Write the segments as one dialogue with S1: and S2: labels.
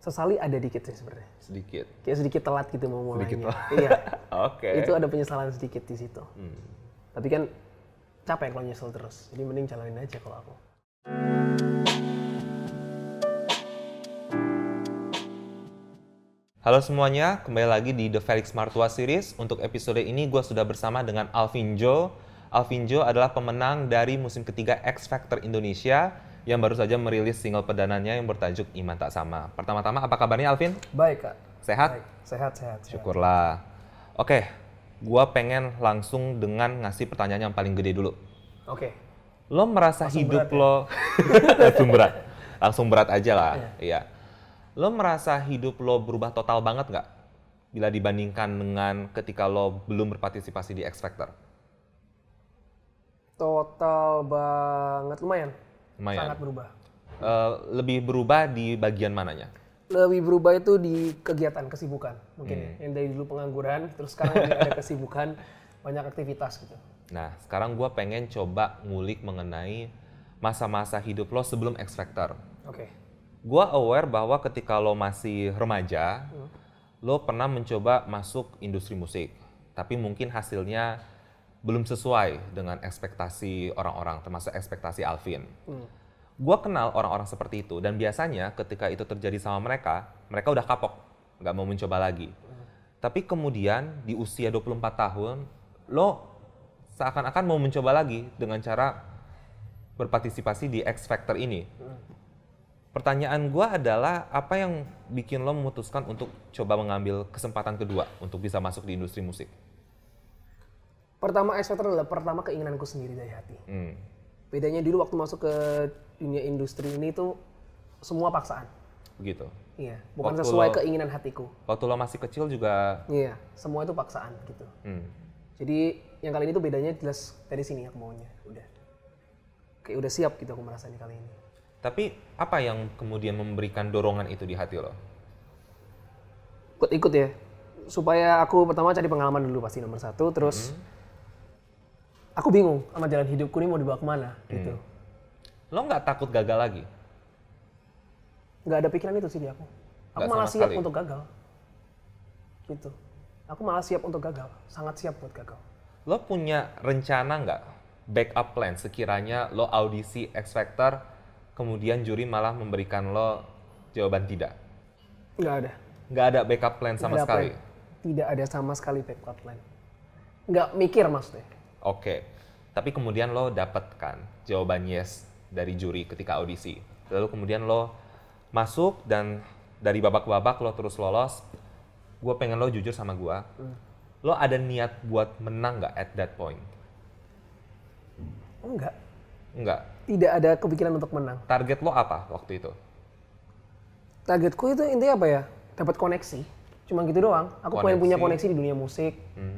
S1: sesali ada dikit sih sebenarnya.
S2: Sedikit.
S1: Kayak sedikit telat gitu mau mulainya.
S2: Sedikit telat.
S1: Iya.
S2: Oke. Hmm.
S1: Itu ada penyesalan sedikit di situ. Tapi kan capek kalau nyesel terus. Jadi mending jalanin aja kalau aku.
S2: Halo semuanya, kembali lagi di The Felix Martua Series. Untuk episode ini gue sudah bersama dengan Alvinjo. Alvinjo adalah pemenang dari musim ketiga X Factor Indonesia yang baru saja merilis single perdananya yang bertajuk Iman Tak Sama. Pertama-tama apa kabarnya Alvin?
S1: Baik, Kak.
S2: Sehat?
S1: Baik. Sehat, sehat. sehat.
S2: Syukurlah. Oke, gue pengen langsung dengan ngasih pertanyaan yang paling gede dulu.
S1: Oke.
S2: Lo merasa hidup lo langsung berat, langsung berat aja lah. Iya. Lo merasa hidup lo berubah total banget nggak bila dibandingkan dengan ketika lo belum berpartisipasi di X Factor?
S1: Total banget lumayan.
S2: Lumayan.
S1: Sangat berubah.
S2: Eh, lebih berubah di bagian mananya?
S1: Lebih berubah itu di kegiatan kesibukan mungkin.
S2: Hmm.
S1: ya. Yang dari dulu pengangguran, terus sekarang lagi ada kesibukan, banyak aktivitas gitu.
S2: Nah, sekarang gue pengen coba ngulik mengenai masa-masa hidup lo sebelum X Factor.
S1: Oke.
S2: Gua aware bahwa ketika lo masih remaja, lo pernah mencoba masuk industri musik, tapi mungkin hasilnya belum sesuai dengan ekspektasi orang-orang, termasuk ekspektasi Alvin. Gua kenal orang-orang seperti itu dan biasanya ketika itu terjadi sama mereka, mereka udah kapok, nggak mau mencoba lagi. Tapi kemudian di usia 24 tahun, lo seakan-akan mau mencoba lagi dengan cara berpartisipasi di X Factor ini. Pertanyaan gua adalah apa yang bikin lo memutuskan untuk coba mengambil kesempatan kedua untuk bisa masuk di industri musik?
S1: Pertama X Factor adalah pertama keinginanku sendiri dari hati.
S2: Hmm,
S1: Bedanya dulu waktu masuk ke dunia industri ini tuh semua paksaan.
S2: begitu.
S1: Iya, bukan
S2: Waktu
S1: sesuai
S2: lo-
S1: keinginan hatiku.
S2: gitu. Waktu lo masih kecil juga,
S1: Iya, semua itu paksaan gitu.
S2: hmm,
S1: Jadi yang kali ini tuh bedanya jelas dari sini aku maunya. Udah. Kayak udah siap gitu aku merasa ini kali ini.
S2: tapi apa yang kemudian memberikan dorongan itu di hati lo?
S1: Ikut ikut ya. Supaya aku pertama cari pengalaman dulu pasti nomor satu,
S2: Hmm.
S1: terus aku bingung sama jalan hidupku ini mau dibawa kemana gitu.
S2: Hmm. Lo nggak takut gagal lagi?
S1: nggak ada pikiran itu sih di aku. Aku
S2: Nggak
S1: malah
S2: sama
S1: siap
S2: sekali.
S1: untuk gagal. Gitu. Aku malah siap untuk gagal. Sangat siap buat gagal.
S2: Lo punya rencana nggak backup plan sekiranya lo audisi X Factor, kemudian juri malah memberikan lo jawaban tidak?
S1: Nggak ada.
S2: Nggak ada backup plan
S1: Nggak
S2: sama
S1: ada
S2: sekali?
S1: plan. Tidak ada sama sekali backup plan. Nggak mikir maksudnya.
S2: Oke, tapi kemudian lo dapatkan jawaban yes dari juri ketika audisi. Lalu kemudian lo masuk dan dari babak ke babak lo terus lolos. Gue pengen lo jujur sama gue. Lo ada niat buat menang nggak at that point?
S1: Enggak.
S2: Enggak.
S1: Tidak ada kepikiran untuk menang.
S2: Target lo apa waktu itu?
S1: Targetku itu intinya apa ya? Dapat koneksi. Cuma gitu doang. Aku pengen
S2: Koneksi.
S1: punya koneksi di dunia musik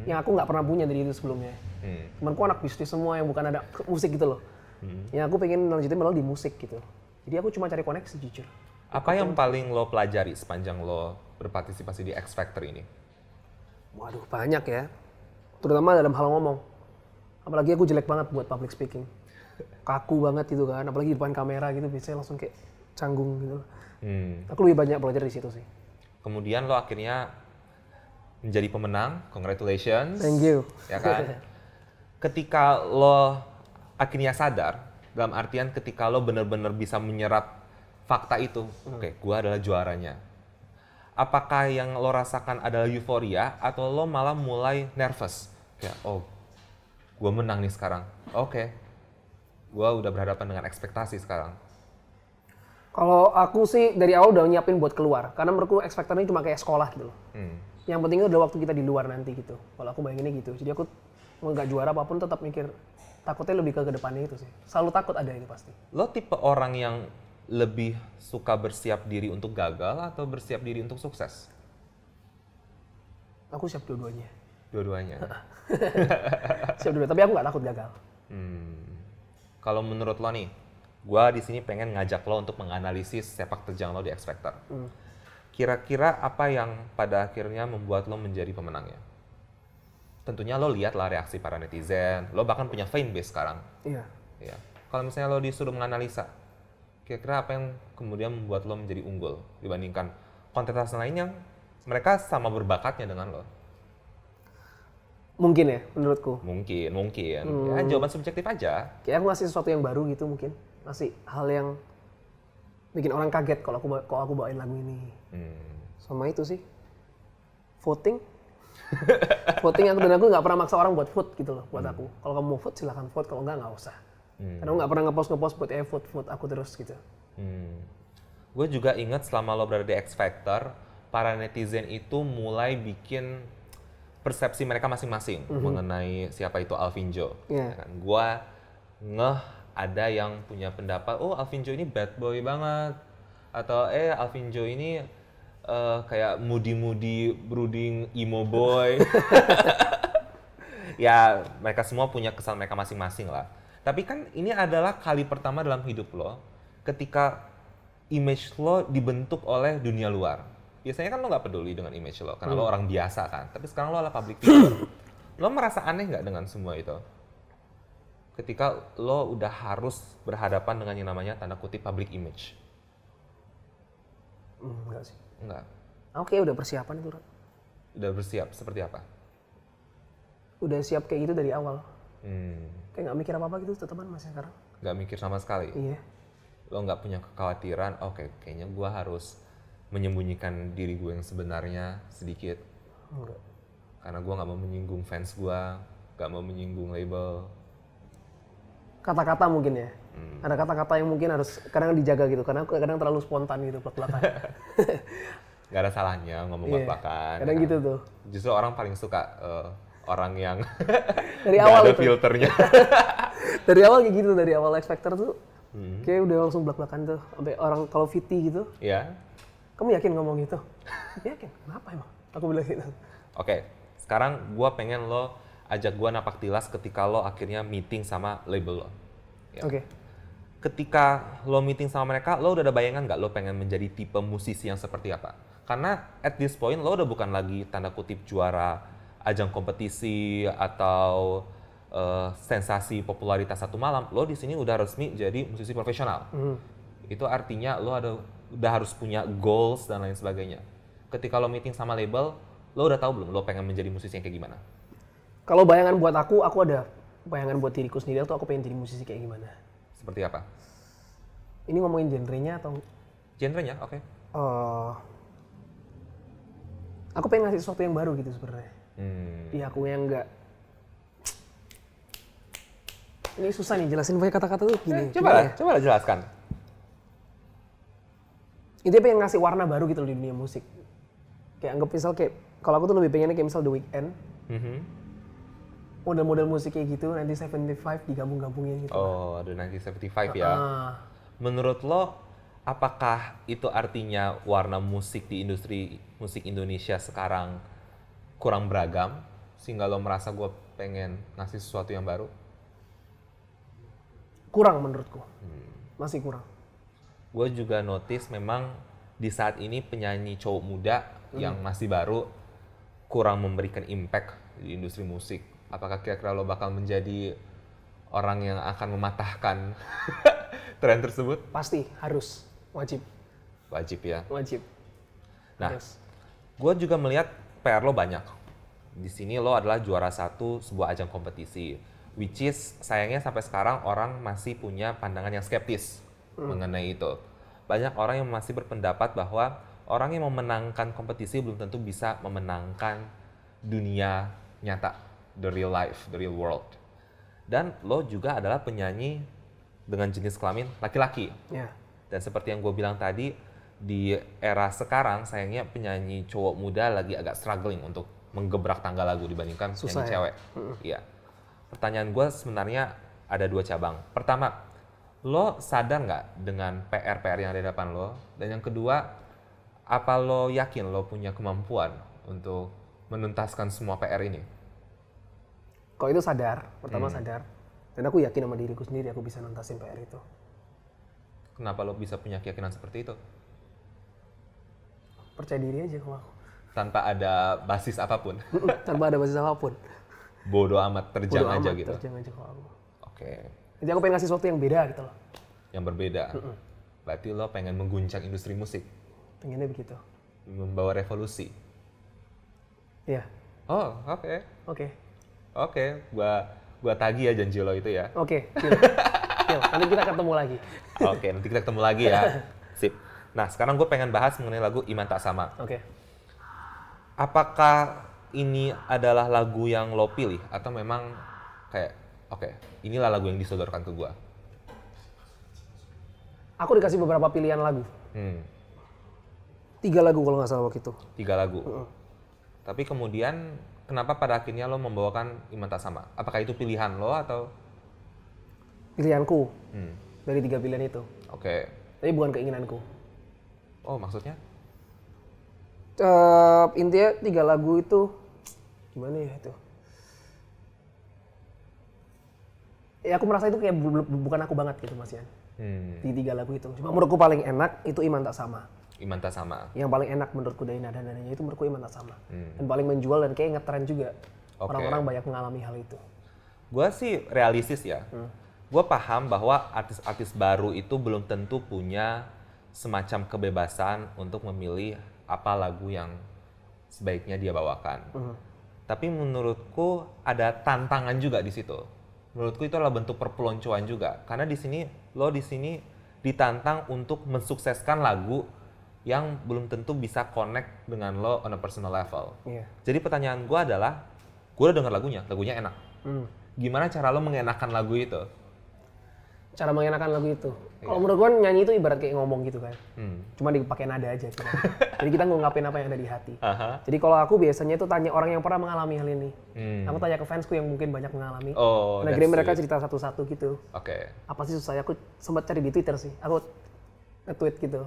S1: yang aku nggak pernah punya dari itu sebelumnya.
S2: Hmm.
S1: Temanku anak bisnis semua yang bukan ada musik gitu loh. Yang aku pengen lanjutin malah di musik gitu. Jadi aku cuma cari koneksi jujur.
S2: Apa yang paling lo pelajari sepanjang lo berpartisipasi di X Factor ini?
S1: Waduh banyak ya. Terutama dalam hal ngomong. Apalagi aku jelek banget buat public speaking. Kaku banget gitu kan. Apalagi di depan kamera gitu biasanya langsung kayak canggung gitu.
S2: Hmm.
S1: Aku lebih banyak belajar di situ sih.
S2: Kemudian lo akhirnya menjadi pemenang. Congratulations.
S1: Thank you.
S2: ya kan? ketika lo akhirnya sadar, dalam artian ketika lo benar-benar bisa menyerap fakta itu, oke, gua adalah juaranya. Apakah yang lo rasakan adalah euforia atau lo malah mulai nervous? Kayak, oh, gua menang nih sekarang. Oke, gua udah berhadapan dengan ekspektasi sekarang.
S1: Kalau aku sih dari awal udah nyiapin buat keluar. Karena menurutku X Factor ini cuma kayak sekolah gitu loh.
S2: Hmm.
S1: Yang penting itu adalah waktu kita di luar nanti gitu. Kalau aku bayanginnya gitu. Jadi aku mau nggak juara apapun tetap mikir takutnya lebih ke kedepannya itu sih. Selalu takut ada itu pasti.
S2: Lo tipe orang yang lebih suka bersiap diri untuk gagal atau bersiap diri untuk sukses?
S1: Aku siap dua-duanya.
S2: Dua-duanya.
S1: Siap dua Tapi aku nggak takut gagal.
S2: Hmm. Kalau menurut lo nih, gue di sini pengen ngajak lo untuk menganalisis sepak terjang lo di X Factor. Kira-kira apa yang pada akhirnya membuat lo menjadi pemenangnya? Tentunya lo lihat lah reaksi para netizen, lo bahkan punya fanbase sekarang.
S1: Iya.
S2: Ya. Kalau misalnya lo disuruh menganalisa, kira-kira apa yang kemudian membuat lo menjadi unggul dibandingkan kontestan lain yang mereka sama berbakatnya dengan lo.
S1: Mungkin ya, menurutku.
S2: Mungkin, mungkin. Ya, jawaban subjektif aja.
S1: Kayak aku ngasih sesuatu yang baru gitu mungkin. Ngasih hal yang bikin orang kaget kalau aku ba- kalau aku bawain lagu ini.
S2: Hmm.
S1: Sama itu sih. Voting. voting aku dan aku nggak pernah maksa orang buat vote gitu loh buat aku. Kalau kamu mau vote silahkan vote, kalau nggak nggak usah. Karena aku nggak pernah ngepost ngepost buat eh vote vote aku terus gitu.
S2: Gue Hmm. juga ingat selama lo berada di X Factor, para netizen itu mulai bikin persepsi mereka masing-masing mengenai siapa itu Alvinjo.
S1: Iya.
S2: Kan gue ngeh ada yang punya pendapat, oh Alvinjo ini bad boy banget, atau eh Alvinjo ini eh, kayak moody-moody, brooding, emo boy. ya mereka semua punya kesan mereka masing-masing lah. Tapi kan ini adalah kali pertama dalam hidup lo ketika image lo dibentuk oleh dunia luar. Biasanya kan lo nggak peduli dengan image lo karena lo orang biasa kan. Tapi sekarang lo adalah public figure. lo merasa aneh nggak dengan semua itu? Ketika lo udah harus berhadapan dengan yang namanya tanda kutip public image.
S1: Hmm, enggak sih.
S2: Enggak.
S1: Oke udah persiapan itu. Ran.
S2: Udah bersiap seperti apa?
S1: Udah siap kayak gitu dari awal.
S2: Hmm.
S1: Kayak nggak mikir apa apa gitu teman masih sekarang.
S2: Nggak mikir sama sekali.
S1: Iya.
S2: lo nggak punya kekhawatiran oke kayaknya gue harus menyembunyikan diri gue yang sebenarnya sedikit
S1: Enggak.
S2: karena gue nggak mau menyinggung fans gue nggak mau menyinggung label
S1: Kata-kata mungkin ya. Ada kata-kata yang mungkin harus kadang dijaga gitu karena aku kadang terlalu spontan gitu belak-belakan.
S2: nggak ada salahnya ngomong yeah.
S1: Iya. kadang gitu tuh.
S2: justru orang paling suka eh, orang yang
S1: Dari
S2: nggak
S1: awal
S2: ada
S1: itu.
S2: filternya
S1: dari awal kayak gitu dari awal X Factor tuh kayak udah langsung belak-belakan tuh sampai orang kalau Viti gitu
S2: ya
S1: kamu yakin ngomong gitu yakin kenapa emang aku bilang gitu
S2: oke sekarang gue pengen lo ajak gue napak tilas ketika lo akhirnya meeting sama label lo Ya.
S1: oke
S2: ketika lo meeting sama mereka, lo udah ada bayangan nggak lo pengen menjadi tipe musisi yang seperti apa? Karena at this point lo udah bukan lagi tanda kutip juara ajang kompetisi atau eh, sensasi popularitas satu malam. Lo di sini udah resmi jadi musisi profesional. Itu artinya lo ada udah harus punya goals dan lain sebagainya. Ketika lo meeting sama label, lo udah tahu belum lo pengen menjadi musisi yang kayak gimana?
S1: kalau bayangan buat aku aku ada bayangan buat diriku sendiri tuh aku pengen jadi musisi kayak gimana
S2: Seperti apa?
S1: ini ngomongin genrenya atau
S2: Genrenya, oke.
S1: eh, aku pengen ngasih sesuatu yang baru gitu sebenarnya
S2: Hmm,
S1: Iya, aku yang enggak ini susah nih jelasin pakai kata-kata tuh gini.
S2: Eh,
S1: Gimana
S2: Coba lah,
S1: ya?
S2: coba lah jelaskan.
S1: intinya pengen ngasih warna baru gitu loh di dunia musik kayak anggap misal kayak kalau aku tuh lebih pengennya kayak misal The Weeknd
S2: Mhm.
S1: model-model musik kayak gitu nanti 75 digabung-gabungin gitu
S2: Oh, ada 1975 ya.
S1: Ah,
S2: Menurut lo, apakah itu artinya warna musik di industri musik Indonesia sekarang kurang beragam? Sehingga lo merasa gue pengen ngasih sesuatu yang baru?
S1: kurang menurutku
S2: Hmm.
S1: masih kurang
S2: Gue juga notice memang di saat ini penyanyi cowok muda yang masih baru kurang memberikan impact di industri musik. Apakah kira-kira lo bakal menjadi orang yang akan mematahkan tren tersebut?
S1: pasti harus wajib
S2: Wajib ya.
S1: wajib
S2: Nah,
S1: harus
S2: Gue juga melihat PR lo banyak. Di sini lo adalah juara satu sebuah ajang kompetisi. Which is sayangnya sampai sekarang orang masih punya pandangan yang skeptis mengenai itu. Banyak orang yang masih berpendapat bahwa orang yang memenangkan kompetisi belum tentu bisa memenangkan dunia nyata, the real life, the real world. Dan lo juga adalah penyanyi dengan jenis kelamin laki-laki.
S1: ya
S2: Dan seperti yang gue bilang tadi, di era sekarang sayangnya penyanyi cowok muda lagi agak struggling untuk menggebrak tangga lagu dibandingkan
S1: Susah
S2: penyanyi
S1: ya?
S2: cewek. Iya. Pertanyaan gue sebenarnya ada dua cabang. Pertama, lo sadar nggak dengan PR-PR yang ada di depan lo? Dan yang kedua, apa lo yakin lo punya kemampuan untuk menuntaskan semua PR ini?
S1: kalau itu sadar pertama
S2: Hmm.
S1: sadar dan aku yakin sama diriku sendiri aku bisa nuntasin PR itu
S2: Kenapa lo bisa punya keyakinan seperti itu?
S1: percaya diri aja kalau aku
S2: Tanpa ada basis apapun.
S1: tanpa ada basis apapun
S2: Bodoh amat, terjang
S1: Bodo
S2: aja
S1: amat, ya.
S2: gitu.
S1: terjang aja kalau aku
S2: Oke.
S1: jadi aku pengen ngasih sesuatu yang beda gitu loh
S2: yang berbeda. Berarti lo pengen mengguncang industri musik.
S1: pengennya begitu
S2: membawa revolusi.
S1: Iya.
S2: Oh, oke.
S1: Oke.
S2: Oke, gua gua tagih ya janji lo itu ya.
S1: Oke. Deal. Deal. Nanti kita ketemu lagi.
S2: Oke, nanti kita ketemu lagi ya. Sip. Nah, sekarang gue pengen bahas mengenai lagu Iman Tak Sama.
S1: Oke.
S2: Apakah ini adalah lagu yang lo pilih atau memang kayak oke, inilah lagu yang disodorkan ke gua.
S1: Aku dikasih beberapa pilihan lagu.
S2: Hmm,
S1: Tiga lagu kalau nggak salah waktu itu.
S2: tiga lagu. Tapi kemudian kenapa pada akhirnya lo membawakan Iman Tak Sama? Apakah itu pilihan lo atau
S1: Pilihanku
S2: hmm,
S1: dari tiga pilihan itu.
S2: oke.
S1: Tapi bukan keinginanku.
S2: Oh, maksudnya?
S1: Eh, intinya tiga lagu itu gimana ya itu? Ya aku merasa itu kayak bu- bu- bukan aku banget gitu Mas Ian.
S2: Hmm,
S1: Di tiga lagu itu. Cuma menurutku paling enak itu Iman Tak Sama.
S2: Iman Tak Sama.
S1: Yang paling enak menurutku dari nada-nadanya itu menurutku Iman Tak Sama. Dan paling menjual dan kayak ngetren juga.
S2: Hmm. Oke.
S1: Orang-orang banyak mengalami hal itu.
S2: Gue sih realistis ya. Gue paham bahwa artis-artis baru itu belum tentu punya semacam kebebasan untuk memilih apa lagu yang sebaiknya dia bawakan. Tapi menurutku ada tantangan juga di situ. Menurutku itu adalah bentuk perpeloncoan juga. Karena di sini lo di sini ditantang untuk mensukseskan lagu yang belum tentu bisa connect dengan lo on a personal level.
S1: Iya.
S2: Jadi pertanyaan gue adalah, gue udah denger lagunya, lagunya enak.
S1: Hmm.
S2: Gimana cara lo mengenakan lagu itu?
S1: Cara mengenakan lagu itu. Kalau
S2: Iya.
S1: menurut gue nyanyi itu ibarat kayak ngomong gitu kan.
S2: Hmm.
S1: Cuma dipakai nada aja. Gitu. Jadi kita ngungkapin apa yang ada di hati.
S2: Aha.
S1: Jadi kalau aku biasanya itu tanya orang yang pernah mengalami hal ini.
S2: Hmm.
S1: Aku tanya ke fansku yang mungkin banyak mengalami.
S2: Oh,
S1: nah,
S2: that's
S1: akhirnya mereka
S2: sweet.
S1: cerita satu-satu gitu.
S2: Oke.
S1: Apa sih susahnya? Aku sempat cari di Twitter sih. Aku nge-tweet gitu.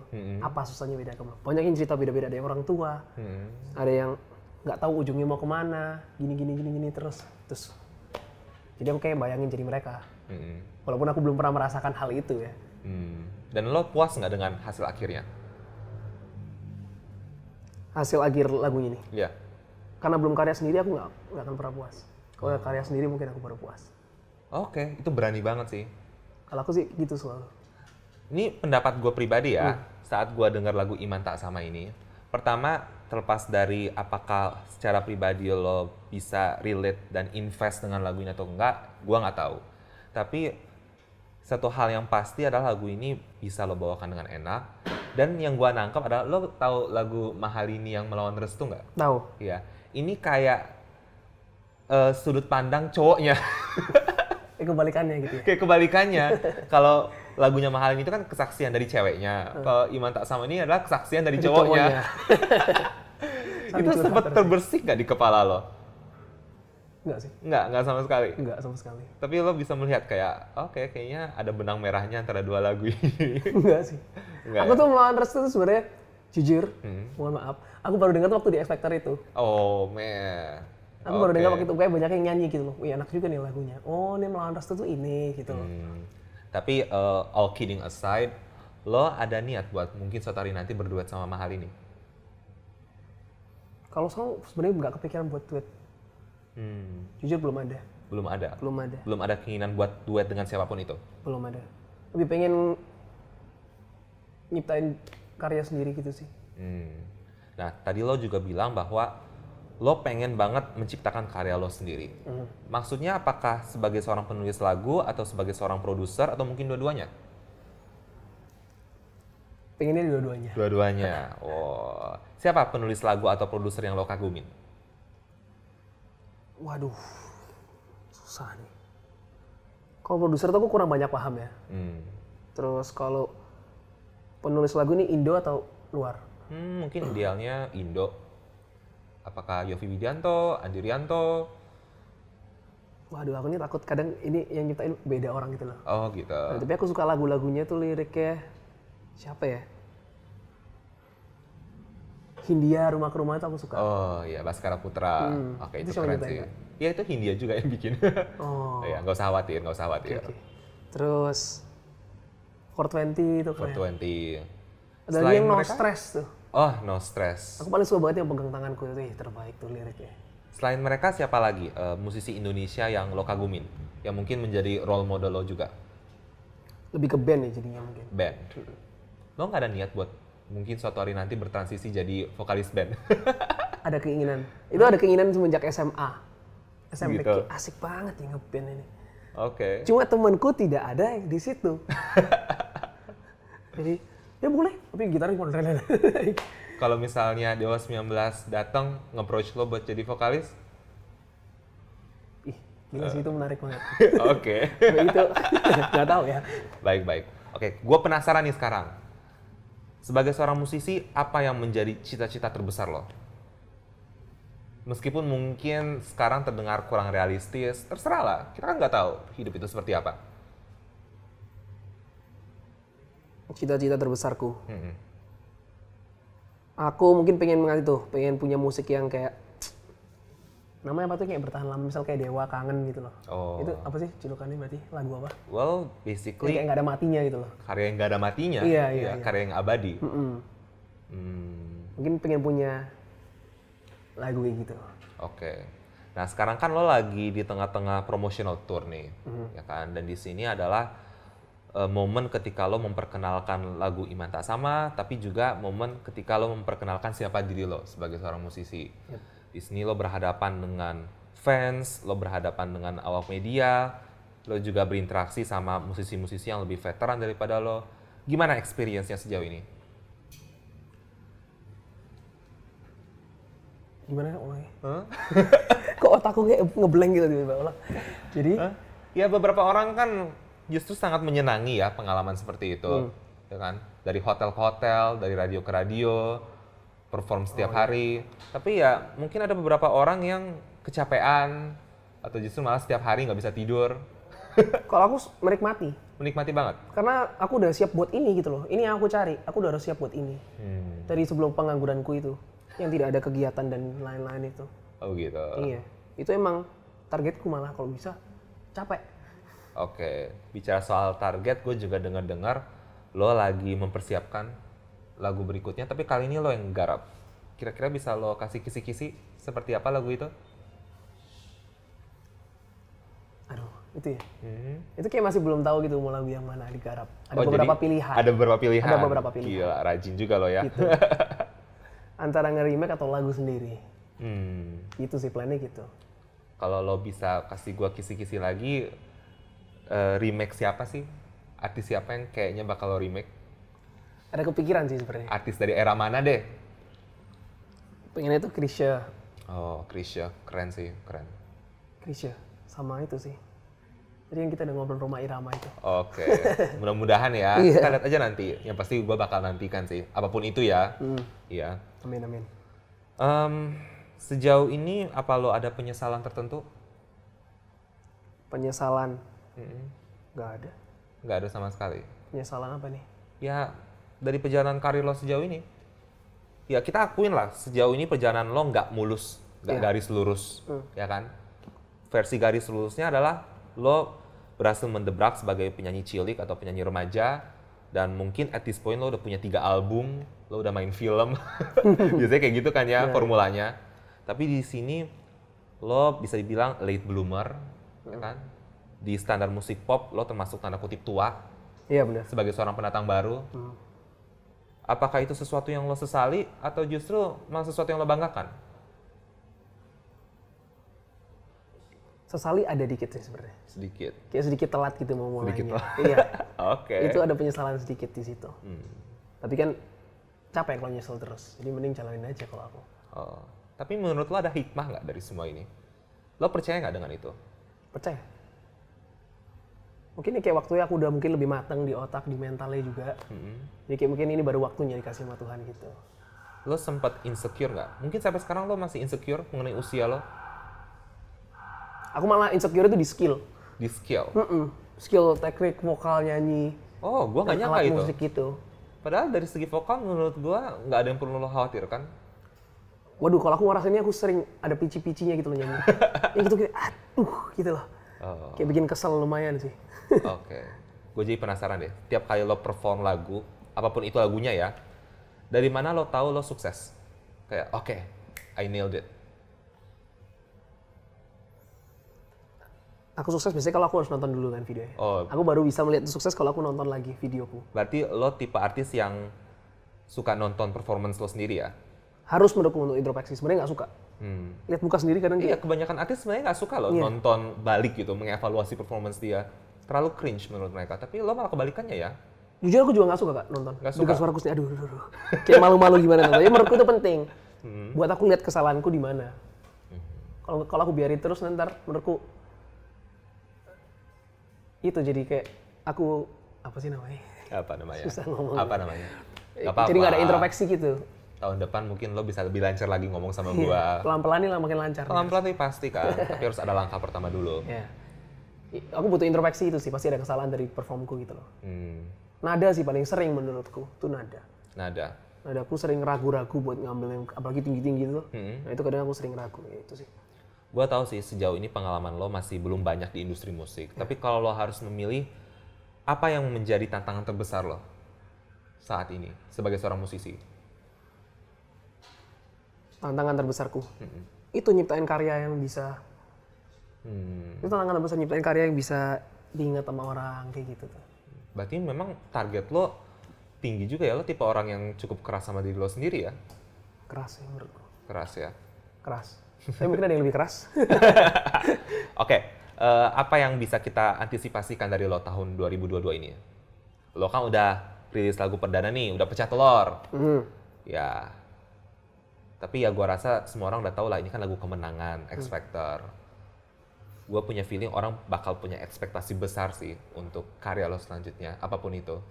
S1: Apa susahnya beda kamu? Banyak yang cerita beda-beda. Ada yang orang tua,
S2: Hmm.
S1: ada yang nggak tahu ujungnya mau kemana. Gini, gini, gini, gini terus. Terus. Jadi aku kayak bayangin jadi mereka.
S2: Hmm.
S1: Walaupun aku belum pernah merasakan hal itu ya.
S2: Hmm. Dan lo puas nggak dengan hasil akhirnya?
S1: Hasil akhir lagunya nih.
S2: Iya.
S1: Karena belum karya sendiri aku nggak nggak akan pernah puas. Kalau
S2: Hmm.
S1: karya sendiri mungkin aku baru puas.
S2: Oke, itu berani banget sih.
S1: Kalau aku sih gitu selalu.
S2: Ini pendapat gue pribadi ya, saat gue dengar lagu Iman Tak Sama ini. Pertama, terlepas dari apakah secara pribadi lo bisa relate dan invest dengan lagu ini atau enggak, gue nggak tahu. Tapi satu hal yang pasti adalah lagu ini bisa lo bawakan dengan enak. Dan yang gue nangkep adalah lo tahu lagu Mahalini yang melawan restu nggak?
S1: Tahu.
S2: Iya. Ini kayak eh, sudut pandang cowoknya.
S1: Eh kebalikannya gitu ya.
S2: kayak kebalikannya kalau lagunya mahal itu kan kesaksian dari ceweknya kalau iman tak sama ini adalah kesaksian dari
S1: Jadi
S2: cowoknya
S1: Saling
S2: itu
S1: curhat
S2: sempat
S1: terus.
S2: terbersih nggak di kepala lo
S1: Enggak sih.
S2: nggak nggak sama sekali
S1: Enggak sama sekali.
S2: tapi lo bisa melihat kayak oke kayaknya ada benang merahnya antara dua lagu ini
S1: Enggak sih. aku
S2: Enggak ya? Hmm.
S1: tuh melawan restu tuh sebenarnya jujur, mohon maaf. Aku baru dengar tuh waktu di X Factor itu.
S2: oh man
S1: Aku baru dengar waktu itu kayak banyak yang nyanyi gitu loh. Wih, enak juga nih lagunya. Oh, ini melawan restu tuh ini gitu loh.
S2: Hmm. tapi eh, all kidding aside lo ada niat buat mungkin suatu hari nanti berduet sama mahal ini
S1: Kalau sekarang sebenarnya nggak kepikiran buat tweet.
S2: Hmm.
S1: Jujur belum ada.
S2: belum ada
S1: Belum ada.
S2: belum ada keinginan buat duet dengan siapapun itu
S1: Belum ada. Lebih pengen nyiptain karya sendiri gitu sih.
S2: Hmm. Nah, tadi lo juga bilang bahwa lo pengen banget menciptakan karya lo sendiri.
S1: Hmm.
S2: Maksudnya apakah sebagai seorang penulis lagu atau sebagai seorang produser atau mungkin dua-duanya?
S1: Pengennya dua-duanya.
S2: Dua-duanya. Oh. Siapa penulis lagu atau produser yang lo kagumin?
S1: Waduh, susah nih. Kalau produser tuh aku kurang banyak paham ya.
S2: Hmm.
S1: Terus kalau penulis lagu ini Indo atau luar?
S2: Hmm, mungkin idealnya Indo. Apakah Yofi Widianto, Andi Rianto?
S1: Waduh, aku ini takut kadang ini yang nyiptain beda orang gitu loh.
S2: Oh, gitu.
S1: Nah, tapi aku suka lagu-lagunya tuh liriknya siapa ya? Hindia rumah ke rumah itu aku suka.
S2: Oh, iya Baskara Putra.
S1: Hmm.
S2: Oke,
S1: Itu
S2: itu,
S1: siapa
S2: keren
S1: yang
S2: sih. Ya, itu Hindia juga yang bikin.
S1: Oh,
S2: ya, nggak usah khawatir, nggak usah khawatir.
S1: oke. Terus 420 itu keren.
S2: 420.
S1: Ada lagi yang no
S2: mereka-
S1: stress tuh.
S2: Oh, no stress.
S1: Aku paling suka banget yang pegang tanganku itu, ih terbaik tuh liriknya.
S2: Selain mereka siapa lagi eh, musisi Indonesia yang lo kagumin? Yang mungkin menjadi role model lo juga,
S1: Lebih ke band ya jadinya mungkin.
S2: band. Lo nggak ada niat buat mungkin suatu hari nanti bertransisi jadi vokalis band.
S1: ada keinginan. Itu ada keinginan semenjak SMA. SMP
S2: Gitu.
S1: kayak, asik banget ya ngeband ini.
S2: Oke.
S1: Cuma temanku tidak ada di situ. Jadi ya boleh, tapi gitar cuma
S2: Kalau misalnya Dewa 19 datang nge-approach lo buat jadi vokalis?
S1: Ih, gila sih itu menarik banget.
S2: Oke.
S1: Tapi itu nggak tahu ya.
S2: Baik-baik. Oke, gue penasaran nih sekarang. Sebagai seorang musisi, apa yang menjadi cita-cita terbesar lo? Meskipun mungkin sekarang terdengar kurang realistis, terserah lah. Kita kan nggak tahu hidup itu seperti apa.
S1: Cita-cita terbesarku.
S2: Mm-mm.
S1: Aku mungkin pengen mengat itu, pengen punya musik yang kayak namanya apa tuh kayak bertahan lama misal kayak dewa kangen gitu loh
S2: Oh.
S1: itu apa sih julukannya berarti lagu apa
S2: Well,
S1: Yang kayak
S2: basically
S1: nggak ada matinya gitu loh
S2: karya yang nggak ada matinya, ya,
S1: Iya, iya, iya.
S2: karya yang abadi.
S1: Mm-mm.
S2: Hmm.
S1: mungkin pengen punya lagu kayak gitu
S2: Oke. Nah, sekarang kan lo lagi di tengah-tengah promotional tour nih, ya kan? Dan di sini adalah eh, momen ketika lo memperkenalkan lagu Iman Tak Sama, tapi juga momen ketika lo memperkenalkan siapa diri lo sebagai seorang musisi. Di sini lo berhadapan dengan fans, lo berhadapan dengan awak media, lo juga berinteraksi sama musisi-musisi yang lebih veteran daripada lo. Gimana experience-nya sejauh ini?
S1: gimana oleh
S2: Hah?
S1: kok otakku kayak ngeblank gitu tiba-tiba Ulang. jadi
S2: Ya beberapa orang kan justru sangat menyenangi ya pengalaman seperti itu, ya kan? Dari hotel ke hotel, dari radio ke radio, perform setiap hari. Tapi ya mungkin ada beberapa orang yang kecapean atau justru malah setiap hari nggak bisa tidur,
S1: kalau aku s- menikmati
S2: menikmati banget.
S1: karena aku udah siap buat ini gitu loh ini yang aku cari aku udah harus siap buat ini
S2: Hmm,
S1: dari sebelum pengangguranku itu yang tidak ada kegiatan dan lain-lain itu
S2: oh gitu.
S1: iya itu emang targetku malah kalau bisa capek
S2: Oke, bicara soal target, gue juga dengar-dengar lo lagi mempersiapkan lagu berikutnya, tapi kali ini lo yang garap. Kira-kira bisa lo kasih kisi-kisi seperti apa lagu itu?
S1: aduh itu ya itu kayak masih belum tahu gitu mau lagu yang mana digarap ada
S2: Oh,
S1: beberapa
S2: jadi
S1: pilihan
S2: Ada beberapa pilihan.
S1: Ada beberapa pilihan. Gitu.
S2: Gila, rajin juga lo ya.
S1: antara nge-remake atau lagu sendiri
S2: Hmm.
S1: itu sih plannya gitu
S2: Kalau lo bisa kasih gua kisi-kisi lagi, eh, remake siapa sih? Artis siapa yang kayaknya bakal lo remake?
S1: ada kepikiran sih sebenarnya
S2: Artis dari era mana deh?
S1: pengennya itu Krisya
S2: Oh, Krisya. Keren sih, keren.
S1: Krisya sama itu sih jadi yang kita udah ngobrol rumah irama itu
S2: Oke, mudah-mudahan ya.
S1: Iya.
S2: Kita lihat aja nanti. Yang pasti gua bakal nantikan sih. Apapun itu ya.
S1: Hmm.
S2: Iya.
S1: amin amin
S2: Em, sejauh ini apa lo ada penyesalan tertentu?
S1: penyesalan
S2: Mm-mm.
S1: nggak ada
S2: Nggak ada sama sekali.
S1: penyesalan apa nih
S2: ya dari perjalanan karir lo sejauh ini ya kita akuin lah sejauh ini perjalanan lo nggak mulus nggak garis lurus ya kan versi garis lurusnya adalah lo berhasil mendebrak sebagai penyanyi cilik atau penyanyi remaja dan mungkin at this point lo udah punya tiga album lo udah main film biasanya kayak gitu kan ya formulanya tapi di sini lo bisa dibilang late bloomer ya kan di standar musik pop lo termasuk tanda kutip tua
S1: iya benar
S2: sebagai seorang pendatang baru.
S1: Hmm.
S2: Apakah itu sesuatu yang lo sesali atau justru malah sesuatu yang lo banggakan?
S1: sesali ada dikit sih sebenarnya
S2: Sedikit.
S1: kayak sedikit telat gitu mau mulainya
S2: Sedikit telat.
S1: iya
S2: Oke. Hmm.
S1: itu ada penyesalan sedikit di situ tapi kan capek kalau nyesel terus jadi mending jalanin aja kalau aku
S2: Oh. Tapi menurut lo ada hikmah nggak dari semua ini? Lo percaya nggak dengan itu?
S1: percaya mungkin ini kayak waktunya aku udah mungkin lebih matang di otak di mentalnya juga
S2: Hmm.
S1: jadi kayak mungkin ini baru waktunya dikasih sama Tuhan gitu
S2: Lo sempat insecure nggak? Mungkin sampai sekarang lo masih insecure mengenai usia lo
S1: aku malah insecure itu di skill
S2: di skill.
S1: Mm-mm. skill teknik vokal nyanyi
S2: Oh, gua nggak
S1: dan
S2: nyangka
S1: alat
S2: itu.
S1: musik gitu
S2: Padahal dari segi vokal menurut gua nggak ada yang perlu lo khawatirkan.
S1: waduh kalau aku ngerasainnya aku sering ada pici-picinya gitu loh nyanyi ya gitu kayak aduh gitu loh
S2: Oh.
S1: kayak bikin kesel lumayan sih
S2: Oke. Gue jadi penasaran deh. Tiap kali lo perform lagu, apapun itu lagunya ya, dari mana lo tahu lo sukses? Kayak, oke, I nailed it.
S1: aku sukses biasanya kalau aku harus nonton dulu kan videonya
S2: Oh.
S1: aku baru bisa melihat sukses kalau aku nonton lagi videoku
S2: Berarti lo tipe artis yang suka nonton performance lo sendiri ya?
S1: harus mendukung untuk introspeksi sebenarnya nggak suka
S2: Hmm.
S1: lihat muka sendiri kadang
S2: Iya,
S1: kayak
S2: kebanyakan artis sebenarnya nggak suka loh
S1: Iya.
S2: nonton balik gitu, mengevaluasi performance dia. Terlalu cringe menurut mereka. Tapi lo malah kebalikannya ya.
S1: jujur aku juga nggak suka kak nonton
S2: Nggak suka.
S1: dengar suara aku sendiri aduh, aduh, aduh. kayak malu-malu gimana tuh tapi menurutku itu penting
S2: Hmm.
S1: buat aku lihat kesalahanku di mana kalau kalau aku biarin terus nanti ntar menurutku itu jadi kayak aku apa sih namanya
S2: Apa namanya?
S1: Susah ngomong.
S2: Apa namanya? Nggak
S1: jadi nggak ada
S2: apa-apa.
S1: introspeksi gitu
S2: Tahun depan mungkin lo bisa lebih lancar lagi ngomong sama
S1: Iya,
S2: gua.
S1: pelan-pelan nih lah makin lancar
S2: Pelan-pelan tapi pasti kan. tapi harus ada langkah pertama dulu.
S1: ya I- aku butuh introspeksi itu sih pasti ada kesalahan dari performku gitu loh
S2: Hmm.
S1: nada sih paling sering menurutku tuh nada
S2: Nada.
S1: nada aku sering ragu-ragu buat ngambil yang apalagi tinggi-tinggi itu
S2: Hmm.
S1: nah itu kadang aku sering ragu ya itu sih
S2: Gua tahu sih sejauh ini pengalaman lo masih belum banyak di industri musik. Tapi kalau lo harus memilih, apa yang menjadi tantangan terbesar lo saat ini sebagai seorang musisi?
S1: tantangan terbesarku itu nyiptain karya yang bisa
S2: Hmm.
S1: itu tantangan terbesar nyiptain karya yang bisa diingat sama orang kayak gitu tuh
S2: Berarti memang target lo tinggi juga ya, lo tipe orang yang cukup keras sama diri lo sendiri ya?
S1: keras sih menurutku
S2: Keras ya.
S1: keras tapi mungkin ada yang lebih keras
S2: Oke, eh, apa yang bisa kita antisipasikan dari lo tahun 2022 ini? Lo kan udah rilis lagu perdana nih, udah pecah telur.
S1: Hmm.
S2: Ya, tapi ya gua rasa semua orang udah tahu lah ini kan lagu kemenangan,
S1: Hmm.
S2: X Factor. Gua punya feeling orang bakal punya ekspektasi besar sih untuk karya lo selanjutnya, apapun itu.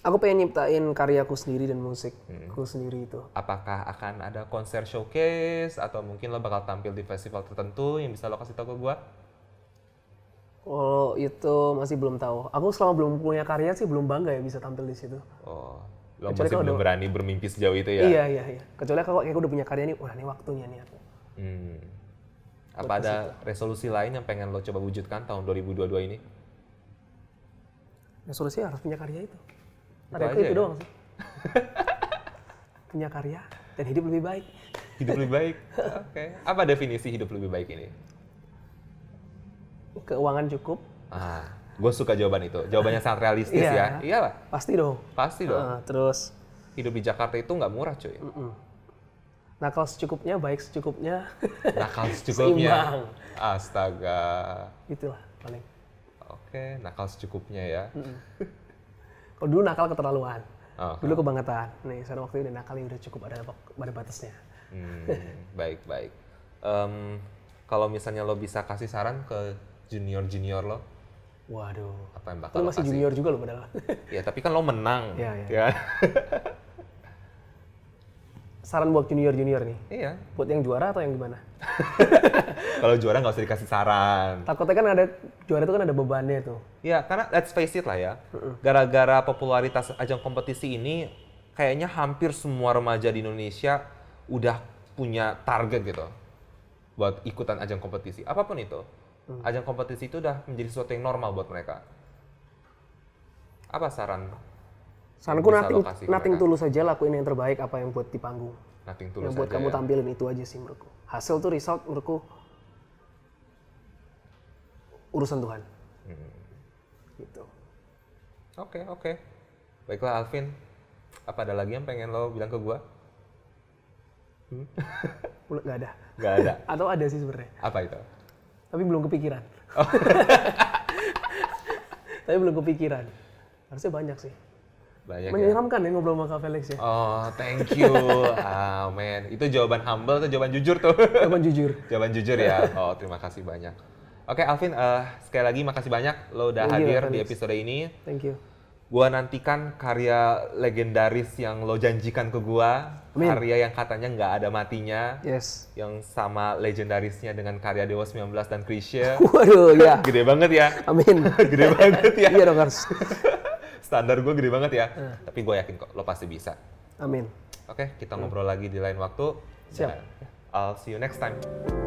S1: aku pengen nyiptain karyaku sendiri dan musikku
S2: Hmm.
S1: sendiri itu
S2: apakah akan ada konser showcase atau mungkin lo bakal tampil di festival tertentu yang bisa lo kasih tahu ke gue?
S1: kalau itu masih belum tahu aku selama belum punya karya sih belum bangga ya bisa tampil di situ
S2: Oh, lo
S1: Kecuali
S2: masih
S1: kalau
S2: belum berani bermimpi sejauh itu ya?
S1: iya iya iya kecuali kalau kayak aku udah punya karya nih wah ini waktunya nih aku
S2: Hmm. Apa ada resolusi lain yang pengen lo coba wujudkan tahun 2022 ini?
S1: resolusi harus punya karya itu
S2: Itu
S1: karyaku
S2: aja
S1: itu
S2: ya?
S1: gitu doang sih punya karya dan hidup lebih baik
S2: Hidup lebih baik. Oke. Apa definisi hidup lebih baik ini?
S1: keuangan cukup
S2: Ah, gue suka jawaban itu. Jawabannya sangat realistis
S1: Iya.
S2: ya. Iya lah,
S1: pasti dong
S2: pasti dong.
S1: Ah, Mm. terus
S2: Hidup di Jakarta itu nggak murah cuy.
S1: mm-mm. nakal secukupnya baik secukupnya
S2: Nakal secukupnya.
S1: Seimbang.
S2: Astaga.
S1: itulah paling
S2: Oke, nakal secukupnya ya.
S1: kalau dulu nakal keterlaluan
S2: Oh,
S1: dulu kebangetan nih sekarang waktu udah nakal ya udah cukup ada ada batasnya
S2: Hmm, baik baik. Em, kalau misalnya lo bisa kasih saran ke junior junior lo
S1: waduh
S2: apa yang bakal
S1: lu
S2: lo
S1: masih
S2: kasih?
S1: junior juga lo padahal
S2: Ya tapi kan lo menang.
S1: Iya, iya.
S2: ya.
S1: saran buat junior junior nih
S2: Iya.
S1: buat yang juara atau yang gimana
S2: Kalau juara nggak usah dikasih saran.
S1: takutnya kan ada juara itu kan ada bebannya tuh
S2: Ya karena let's face it lah ya. Gara-gara popularitas ajang kompetisi ini, kayaknya hampir semua remaja di Indonesia udah punya target gitu buat ikutan ajang kompetisi. Apapun itu,
S1: Mm.
S2: ajang kompetisi itu udah menjadi sesuatu yang normal buat mereka. Apa saran
S1: saranku
S2: Bisa
S1: nating
S2: lokasi ke
S1: nating
S2: mereka.
S1: tulus aja lakuin yang terbaik apa yang buat di panggung yang
S2: Nothing tulus
S1: buat
S2: aja
S1: kamu
S2: ya.
S1: tampilin itu aja sih menurutku hasil tuh result menurutku urusan Tuhan
S2: Hmm.
S1: gitu
S2: Oke, oke. Baiklah Alvin, apa ada lagi yang pengen lo bilang ke gua?
S1: Menurut- nggak ada
S2: Gak ada.
S1: atau ada sih sebenarnya
S2: apa itu?
S1: tapi belum kepikiran tapi belum kepikiran harusnya banyak sih
S2: Banyak ya.
S1: menyeramkan ya ngobrol sama Kak Felix ya
S2: Oh, thank you. Amen. Itu jawaban humble atau jawaban jujur tuh?
S1: Cuman jujur
S2: jawaban jujur ya. Oh, terima kasih banyak. Oke, Alvin, eh, sekali lagi makasih banyak lo udah
S1: Thank you,
S2: hadir
S1: Felix.
S2: di episode ini.
S1: thank you
S2: Gua nantikan karya legendaris yang lo janjikan ke gua,
S1: Amin.
S2: karya yang katanya nggak ada matinya,
S1: yes
S2: yang sama legendarisnya dengan karya Dewa 19 dan Krisya.
S1: waduh ya
S2: Gede banget ya.
S1: amin
S2: Gede banget ya.
S1: iya dong harus
S2: Standar gue gede banget ya.
S1: Eh.
S2: Tapi gue yakin kok lo pasti bisa.
S1: amin
S2: Oke, kita ngobrol lagi di lain waktu.
S1: Siap.
S2: Dan I'll see you next time.